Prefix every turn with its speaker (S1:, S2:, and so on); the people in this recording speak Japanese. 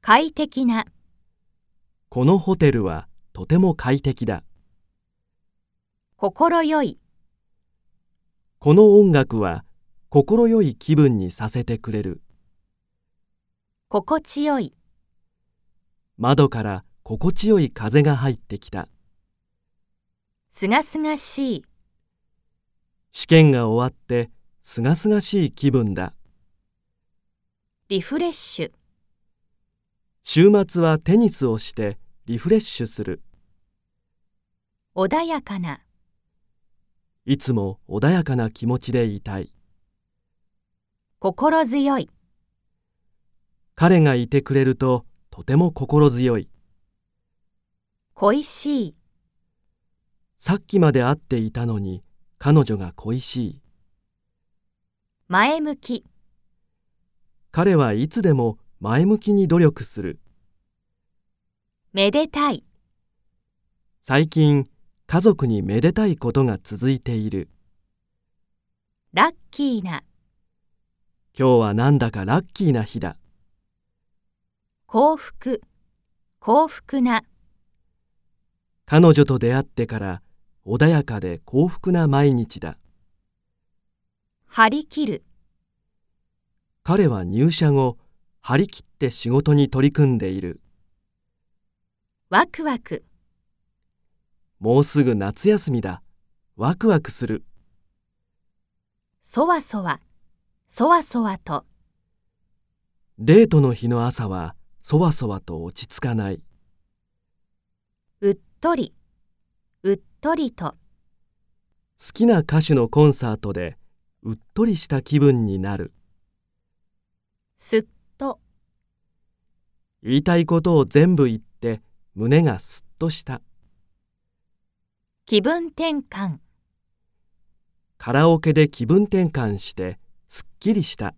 S1: 快適な、
S2: このホテルはとても快適だ。
S1: 心よい、
S2: この音楽は心よい気分にさせてくれる。
S1: 心地よい、
S2: 窓から心地よい風が入ってきた。
S1: すがすがしい、
S2: 試験が終わってすがすがしい気分だ。
S1: リフレッシュ、
S2: 週末はテニスをしてリフレッシュする。
S1: 穏やかな、
S2: いつも穏やかな気持ちでいたい。
S1: 心強い、
S2: 彼がいてくれるととても心強い。
S1: 恋しい、
S2: さっきまで会っていたのに彼女が恋しい。
S1: 前向き、
S2: 彼はいつでも前向きに努力する。
S1: めでたい、
S2: 最近家族にめでたいことが続いている。
S1: ラッキーな、
S2: 今日はなんだかラッキーな日だ。
S1: 幸福、幸福な、
S2: 彼女と出会ってから穏やかで幸福な毎日だ。
S1: 張り切る、
S2: 彼は入社後、張り切って仕事に取り組んでいる。
S1: ワクワク、
S2: もうすぐ夏休みだ。ワクワクする。
S1: そわそわ、そわそわと、
S2: デートの日の朝は、そわそわと落ち着かない。
S1: うっとり、うっとりと、
S2: 好きな歌手のコンサートで、うっとりした気分になる。
S1: すっと、
S2: 言いたいことを全部言って、胸がすっとした。
S1: 気分転換。
S2: カラオケで気分転換して、すっきりした。